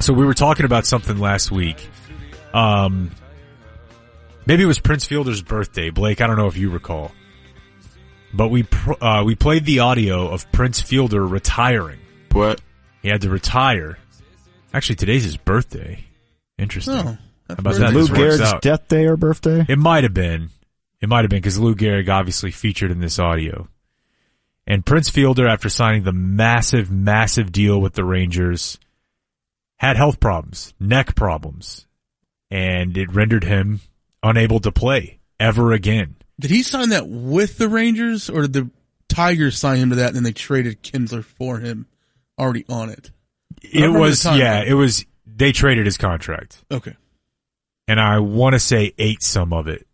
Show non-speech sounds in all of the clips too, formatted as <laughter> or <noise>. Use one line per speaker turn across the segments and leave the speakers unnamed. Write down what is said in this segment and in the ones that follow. so we were talking about something last week. Um, maybe it was Prince Fielder's birthday, Blake. I don't know if you recall, but we pr- uh, we played the audio of Prince Fielder retiring.
What?
He had to retire. Actually, today's his birthday. Interesting.
Oh, that's
about
weird.
that?
Lou
This works
Gehrig's
out.
death day or birthday?
It might have been. It might have been because Lou Gehrig obviously featured in this audio. And Prince Fielder, after signing the massive, massive deal with the Rangers, had health problems, neck problems, and it rendered him unable to play ever again.
Did he sign that with the Rangers or did the Tigers sign him to that and then they traded Kinsler for him already on it?
It
remember
was,
the time.
yeah, it was, they traded his contract.
Okay.
And I want to say ate some of it.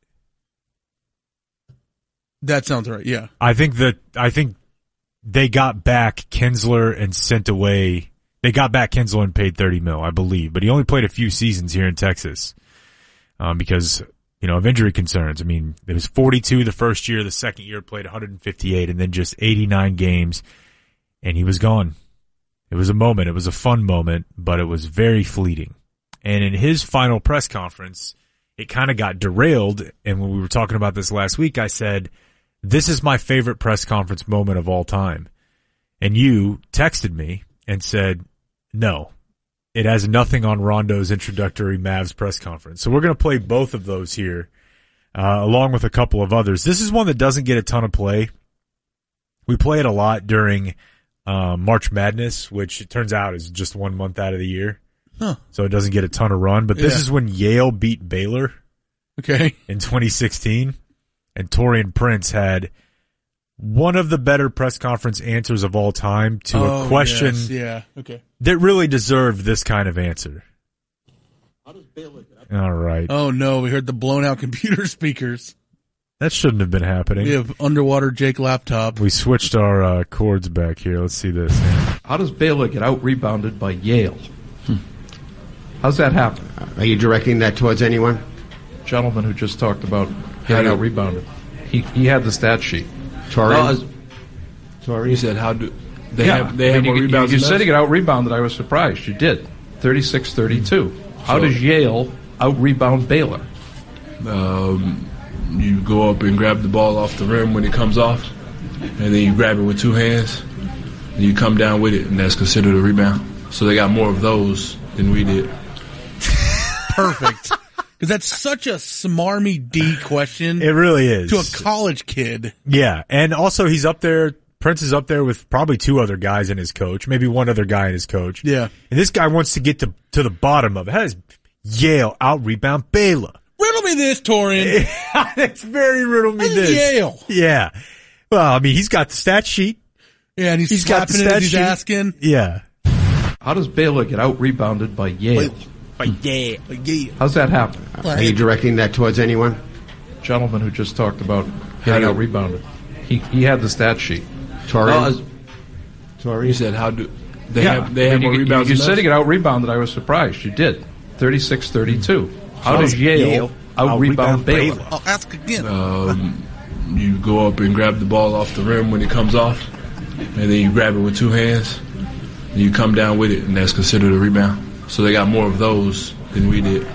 That sounds right. Yeah.
I think that I think they got back Kinsler and sent away. They got back Kinsler and paid thirty mil, I believe, but he only played a few seasons here in Texas um, because you know of injury concerns. I mean, it was forty-two the first year, the second year played one hundred and fifty-eight, and then just eighty-nine games, and he was gone. It was a moment. It was a fun moment, but it was very fleeting. And in his final press conference, it kind of got derailed. And when we were talking about this last week, I said, this is my favorite press conference moment of all time. And you texted me and said, no, it has nothing on Rondo's introductory Mavs press conference. So we're going to play both of those here, uh, along with a couple of others. This is one that doesn't get a ton of play. We play it a lot during, uh, March Madness, which it turns out is just one month out of the year.
Huh.
So it doesn't get a ton of run, but this
Yeah.
is when Yale beat Baylor
Okay.
in 2016, and Torian Prince had one of the better press conference answers of all time <laughs> to
Oh,
a question
yes, Yeah. Okay.
that really deserved this kind of answer. All right,
Oh no, we heard the blown out <laughs> computer speakers.
that shouldn't have been happening.
We have underwater Jake
<laughs>
laptop.
We switched our uh, chords back here. Let's see this.
How does Baylor get out rebounded by Yale?
Hmm.
How's that happen?
Are you directing that towards anyone?
Gentleman who just talked about getting out rebounded. He, he had the stat sheet.
Tori?
He said, "How do they have? They
I
have
mean,
more
you,
rebounds."
You,
than
said he
us?
got out rebounded. I was surprised. You did. 36 32. How
So-
does Yale out rebound Baylor?
um, you go up and grab the ball off the rim when it comes off, and then you grab it with two hands, and you come down with it, and that's considered a rebound. So they got more of those than we did.
Perfect. Cause that's such a smarmy D question
It really is.
to a college kid.
yeah, and also he's up there. Prince is up there with probably two other guys in his coach, maybe one other guy in his coach.
Yeah.
And this guy wants to get to to the bottom of it. How does Yale out rebound Baylor?
Riddle me this, Torian.
<laughs> That's very riddle me
This
this.
is Yale.
Yeah. Well, I mean, he's got the stat sheet.
Yeah, and he's,
He's got the
slapping it
stat
as he's
sheet.
asking.
Yeah.
How does Baylor get out rebounded by Yale? Hmm. How's that happen?
Are you directing that towards anyone?
Gentleman who just talked about getting out rebounded. He, he had the stat sheet.
Tori?
He said, "How do they have? They
I
have
mean,
more
you,
rebounds."
You, you
than
said
us?
he got out rebounded. I was surprised. You did. 36 32. How does
does
Yale,
Yale
out
out-rebound
rebound Baylor?
Baylor?
I'll ask again.
um, you go up and grab the ball off the rim when it comes off, and then you grab it with two hands, and you come down with it, and that's considered a rebound. So they got more of those than we did.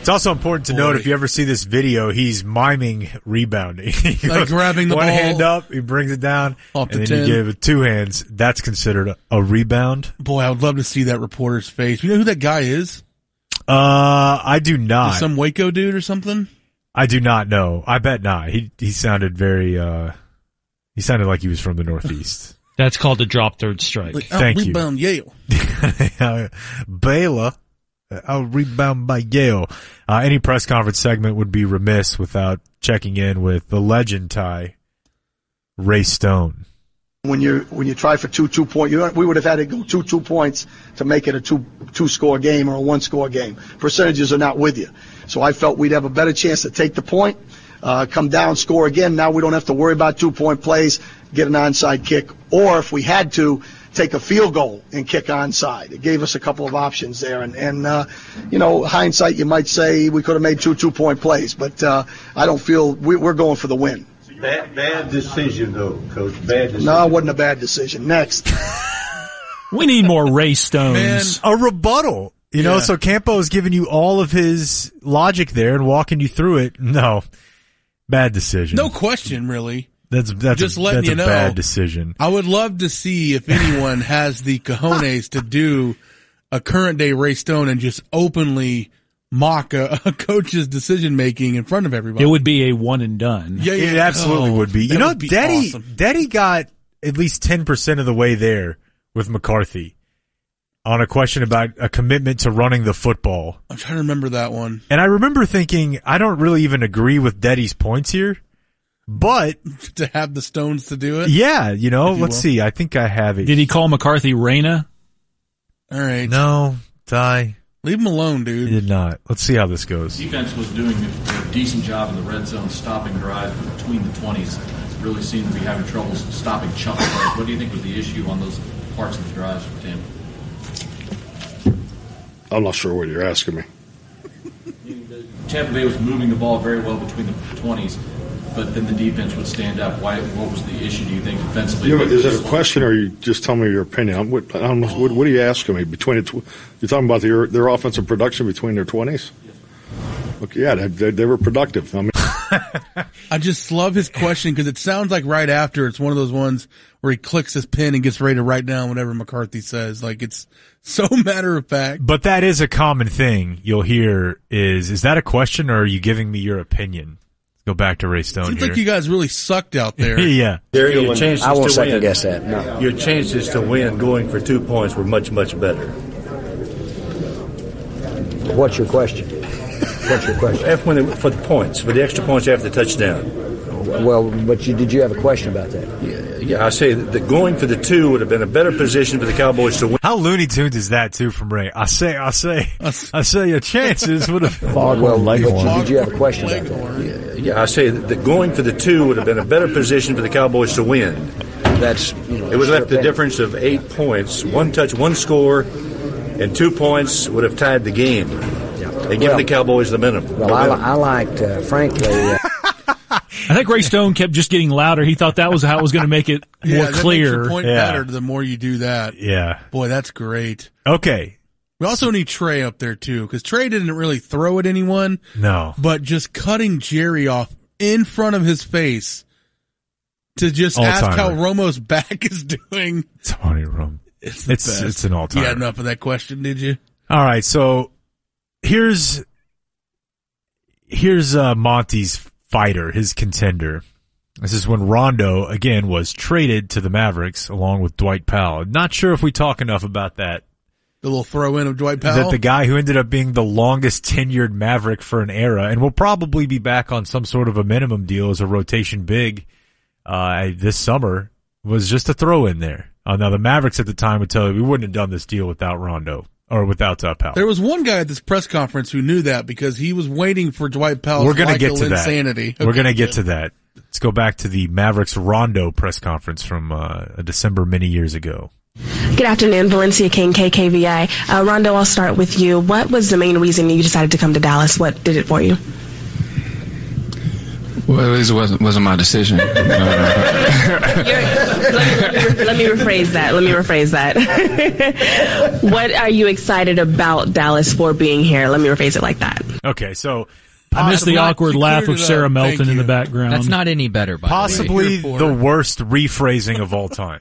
It's also important to note if you ever see this video, he's miming rebounding. <laughs> He
Like
goes
grabbing the
one
ball
hand up, he brings it down,
off
and
the
then
10.
you give it with two hands. That's considered a, a rebound.
Boy, I would love to see that reporter's face. You know who that guy is?
Uh, I do not.
Some Waco dude or something?
I do not know. I bet not. He he sounded very. uh He sounded like he was from the Northeast.
That's called a drop third strike.
Like,
Thank
oh,
you.
rebound Yale.
<laughs> Baylor. uh, I'll rebound by Yale. Uh, any press conference segment would be remiss without checking in with the legend tie, Ray Stone.
when you when you try for two two point, you know, we would have had to go two two points to make it a two two score game or a one score game. Percentages are not with you, so I felt we'd have a better chance to take the point, uh, come down, score again. Now we don't have to worry about two point plays, get an onside kick, or if we had to. Take a field goal and kick onside. It gave us a couple of options there, and and uh, you know hindsight, you might say we could have made two two-point plays, but uh, I don't feel we, we're going for the win.
Bad, bad decision, though, Coach. Bad decision.
No, it wasn't a bad decision. Next.
We need more Ray
Man,
Stones.
A rebuttal. You know,
Yeah.
so Campo's giving you all of his logic there and walking you through it. No, bad decision.
No question, really.
that's that's
just
a,
letting
that's
you
a
know.
bad decision.
I would love to see
<laughs>
if anyone has the cojones to do a current day Ray Stone and just openly mock a, a coach's decision making in front of everybody.
It would be a one and done.
yeah,
It absolutely
Oh,
would be. You
that
know,
would be
Daddy,
awesome.
Daddy got at least ten percent of the way there with McCarthy on a question about a commitment to running the football.
I'm trying to remember that one. <laughs>
And I remember thinking, I don't really even agree with Daddy's points here, but
to have the stones to do it.
yeah, you know,
If you
let's
will.
see. I think I have it.
Did he call McCarthy Reyna?
All right.
No, Ty.
Leave him alone, dude.
He did not. Let's see how this goes.
Defense was doing a decent job in the red zone, stopping drives but between the 20s. Really seemed to be having trouble stopping chunk plays. What do you think was the issue on those parts of the drives for Tim?
I'm not sure what you're asking me.
Tampa Bay was moving the ball very well between the 20s, but then the defense would stand up. Why? What was the issue? Do you think defensively?
You know, is it a question or you just tell me your opinion? I'm, what, I'm, what, what are you asking me? Between the tw- you're talking about their their offensive production between their twenties. Look, yeah, they, they, they were productive. I mean,
I just love his question because it sounds like right after it's one of those ones where he clicks his pen and gets ready to write down whatever McCarthy says. Like it's <laughs> so matter of fact.
But that is a common thing you'll hear is, is that a question or are you giving me your opinion? Let's go back to Ray Stone
Seems
here.
like you guys really sucked
<laughs>
out there.
yeah.
Your chances
I won't
to
second
win.
guess that. No.
Your chances to win going for two points were much much better.
What's your question? What's your question?
After when they, for the points, for the extra points after the touchdown.
Well, but you, did you have a question about that?
Yeah, yeah I say that the, going for the two would have been a better position for the Cowboys to win.
How Looney Tunes is that too from Ray? I say, I say, I say your chances would have.
Well, but you,
Foghorn.
did you have a question about that?
Leghorn.
Yeah, I say that the, going for the two would have been a better position for the Cowboys to win.
That's you know,
It would
your
have left a
opinion.
difference of eight points, one touch, one score, and two points would have tied the game. They give
Well-
the Cowboys the minimum.
Well, I, li- I liked, uh, frankly,
<laughs>
uh,
I think Ray Stone kept just getting louder. He thought that was how it was going to make it
Yeah,
more
that Makes your
clear.
point
Yeah.
better the more you do that.
Yeah.
Boy, that's great.
Okay.
We also need Trey up there too because Trey didn't really throw at anyone,
No.
but just cutting Jerry off in front of his face to just ask how
All-timer.
Romo's <laughs> back is doing.
Tony Room.
It's the
It's
best.
it's an all
You
time.
had enough of that question, did you?
All right, so here's here's uh, Monty's fighter, his contender. This is when Rondo again was traded to the Mavericks along with Dwight Powell. Not sure if we talk enough about that.
The little throw in of Dwight
Is
Powell.
that the guy who ended up being the longest tenured Maverick for an era, and will probably be back on some sort of a minimum deal as a rotation big uh, this summer, was just a throw in there. Uh, now the Mavericks at the time would tell you we wouldn't have done this deal without Rondo or without uh, Powell.
There was one guy at this press conference who knew that because he was waiting for Dwight Powell's
We're gonna get
Michael
to that.
insanity.
We're going to get to that. Let's go back to the Mavericks Rondo press conference from uh, December many years ago.
Good afternoon, Valencia King, KKVI. Uh, Rondo, I'll start with you. What was the main reason you decided to come to Dallas? What did it for you?
Well, at least it wasn't, wasn't my decision.
Let me rephrase that. Let me rephrase that. <laughs> what are you excited about Dallas for being here? Let me rephrase it like that.
Okay, so
I miss
Possibly.
the awkward
She
laugh
cleared
of
it
Sarah
up. Thank
Melton in
you.
the background.
That's not any better, by
possibly
Here for
the
it.
worst rephrasing of all time.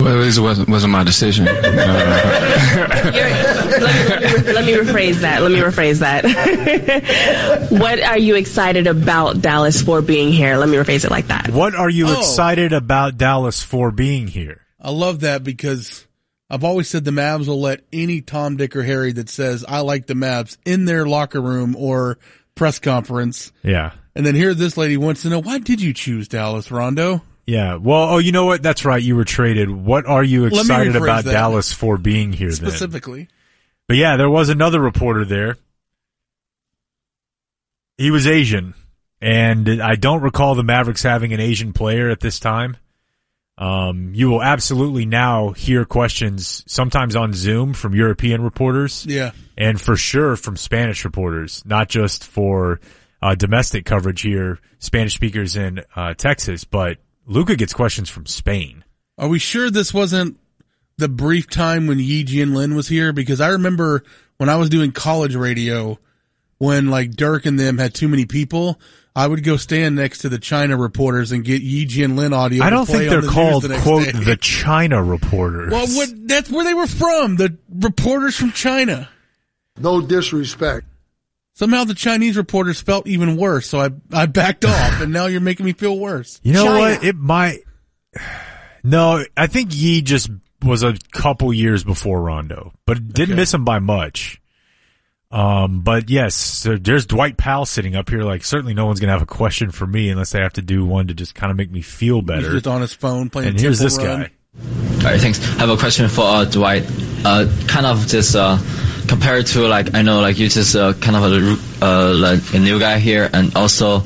well, at least it wasn't, wasn't my decision.
Let me, let me rephrase that. Let me rephrase that. what are you excited about Dallas for being here? Let me rephrase it like that.
What are you
Oh.
excited about Dallas for being here?
I love that because I've always said the Mavs will let any Tom, Dick, or Harry that says, I like the Mavs in their locker room or press conference.
Yeah.
And then here this lady wants to know, why did you choose Dallas, Rondo?
Yeah. Well, oh, you know what? That's right. You were traded. What are you
me
excited
rephrase
about
that.
Dallas for being here then?
Specifically.
But yeah, there was another reporter there. He was Asian, and I don't recall the Mavericks having an Asian player at this time. Um, you will absolutely now hear questions sometimes on Zoom from European reporters
Yeah.
and for sure from Spanish reporters, not just for uh, domestic coverage here, Spanish speakers in uh, Texas, but Luca gets questions from Spain.
Are we sure this wasn't the brief time when Yi Jin Lin was here? Because I remember when I was doing college radio, when like Dirk and them had too many people, I would go stand next to the China reporters and get Yi Jin Lin audio.
I
to
don't
play
think
on
they're
the news
called
the next
quote
<laughs> day.
the China reporters.
Well, what, that's where they were from. The reporters from China. No disrespect. Somehow the Chinese reporters felt even worse, so I I backed off, and now you're making me feel worse.
You know what? It might. No, I think Yee just was a couple years before Rondo, but didn't miss him by much. Um, but yes, so there's Dwight Powell sitting up here. Like, certainly no one's gonna have a question for me unless they have to do one to just kind of make me feel
He's
better.
just on his phone playing.
and here's
Temple
this
Run.
guy.
All right, thanks. I have a question for uh, Dwight. Uh, kind of just uh, compared to like I know like you just uh, kind of a, ru- uh, like a new guy here, and also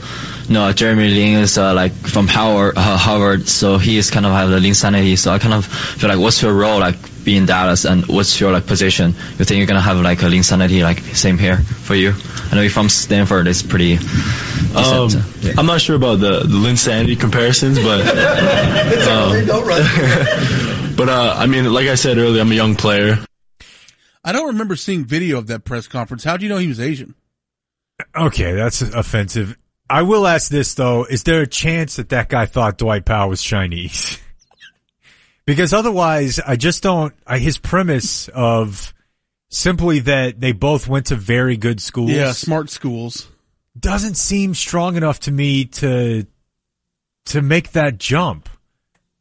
you know Jeremy Lin is uh, like from Howard, uh, Harvard, so he is kind of have the Lin sanity. So I kind of feel like what's your role like being Dallas, and what's your like position? You think you're gonna have like a Lin sanity like same here for you? I know you're from Stanford. It's pretty.
Um,
decent.
I'm not sure about the, the insanity comparisons, but um, but uh, I mean, like I said earlier, I'm a young player.
I don't remember seeing video of that press conference. How do you know he was Asian?
Okay, that's offensive. I will ask this though: Is there a chance that that guy thought Dwight Powell was Chinese? <laughs> because otherwise, I just don't. I, his premise of simply that they both went to very good schools
Yeah, smart schools.
doesn't seem strong enough to me to to make that jump.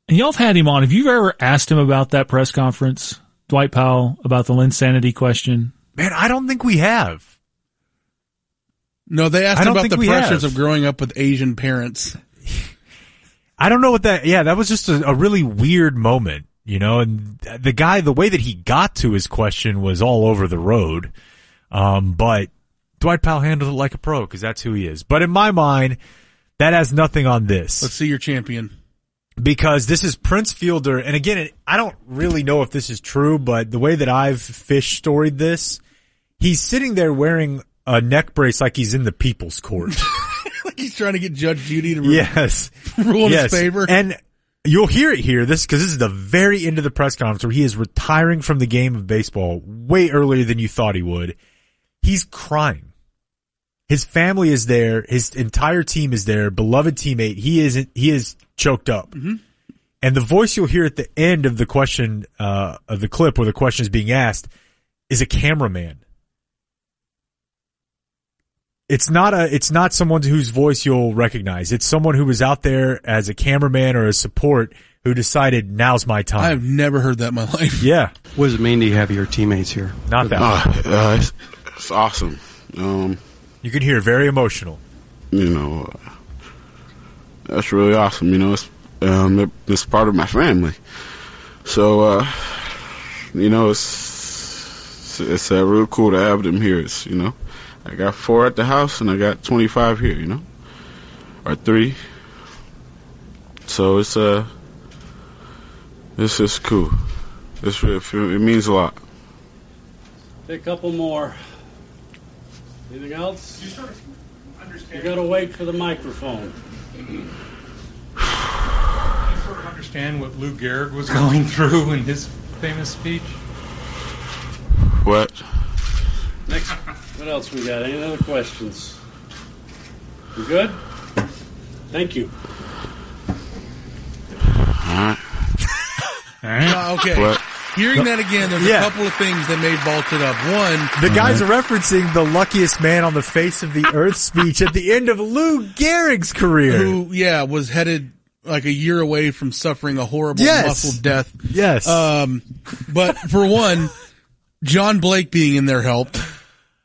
And y'all have had him on. Have you ever asked him about that press conference, Dwight Powell, about the insanity question?
Man, I don't think we have.
No, they
I
asked
don't
about
think
the
we
pressures
have.
of growing up with Asian parents.
I don't know what that. Yeah, that was just a, a really weird moment, you know. And the guy, the way that he got to his question was all over the road. Um, but Dwight Powell handled it like a pro because that's who he is. But in my mind, that has nothing on this
Let's see your champion. <laughs>
because this is Prince Fielder, and again, it, I don't really know if this is true, but the way that I've fish storied this, he's sitting there wearing a neck brace like he's in the people's court.
like he's trying to get Judge Judy to re-
yes,
<laughs> rule in
Yes.
his favor.
and you'll hear it here. This because this is the very end of the press conference where he is retiring from the game of baseball way earlier than you thought he would. He's crying. His family is there. His entire team is there. Beloved teammate. He is he is choked up. And the voice you'll hear at the end of the question uh, of the clip where the question is being asked is a cameraman. It's not a it's not someone whose voice you'll recognize. It's someone who was out there as a cameraman or a support who decided now's my time.
I've never heard that in my <laughs> life.
Yeah.
What does it mean to have your teammates here? Ah.
Not that
much.
one.
Uh, it's, it's awesome. Um,
you can hear very emotional.
You know, uh, that's really awesome. You know, it's um, it, it's part of my family. So, uh, you know, it's it's, it's uh, real cool to have them here. It's you know, I got four at the house and I got 25 here. You know, or three. So it's uh, this is cool. It's re- it means a lot.
A couple more. Anything else? You gotta wait for the microphone.
understand what Lou Gehrig was <laughs> going through in his famous speech?
What?
Next, what else we got? Any other questions? You good? Thank you.
All right.
Uh, okay.
What?
Hearing that again, there's
Yeah.
a couple of things that made vaulted up. One,
The guys are referencing the luckiest man on the face of the <laughs> earth speech at the end of Lou Gehrig's career.
who, yeah, was headed like a year away from suffering a horrible
Yes.
muscle death.
Yes.
Uh,
Um, but for one, John Blake being in there helped.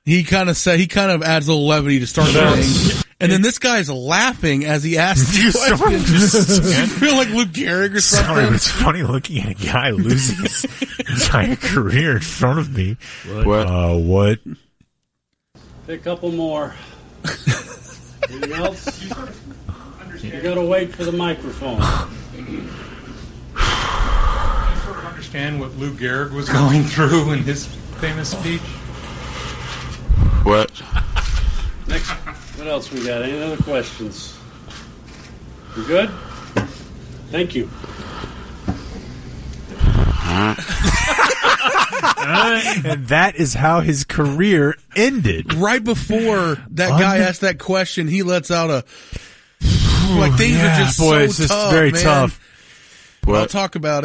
He kind of said he kind of adds a little levity to start the thing. And then this guy's laughing as he asks the
<laughs>
<laughs>
<laughs> You sound-
question. You feel like Luke Gehrig or
Sorry,
something?
but it's funny looking at a guy losing his <laughs> entire career in front of me.
What?
Uh, what?
A couple more. Anything else? You gotta wait for the microphone.
Understand what Lou Gehrig was <laughs> going through in his famous speech?
What?
Next, what else we got? Any other questions? You good? Thank you.
All right.
and that is how his career ended.
Right before that guy asked that question, he lets
<sighs>
out a like things
yeah,
are just
boy,
so
it's just
tough,
very
man.
tough.
I'll
But-
talk about it.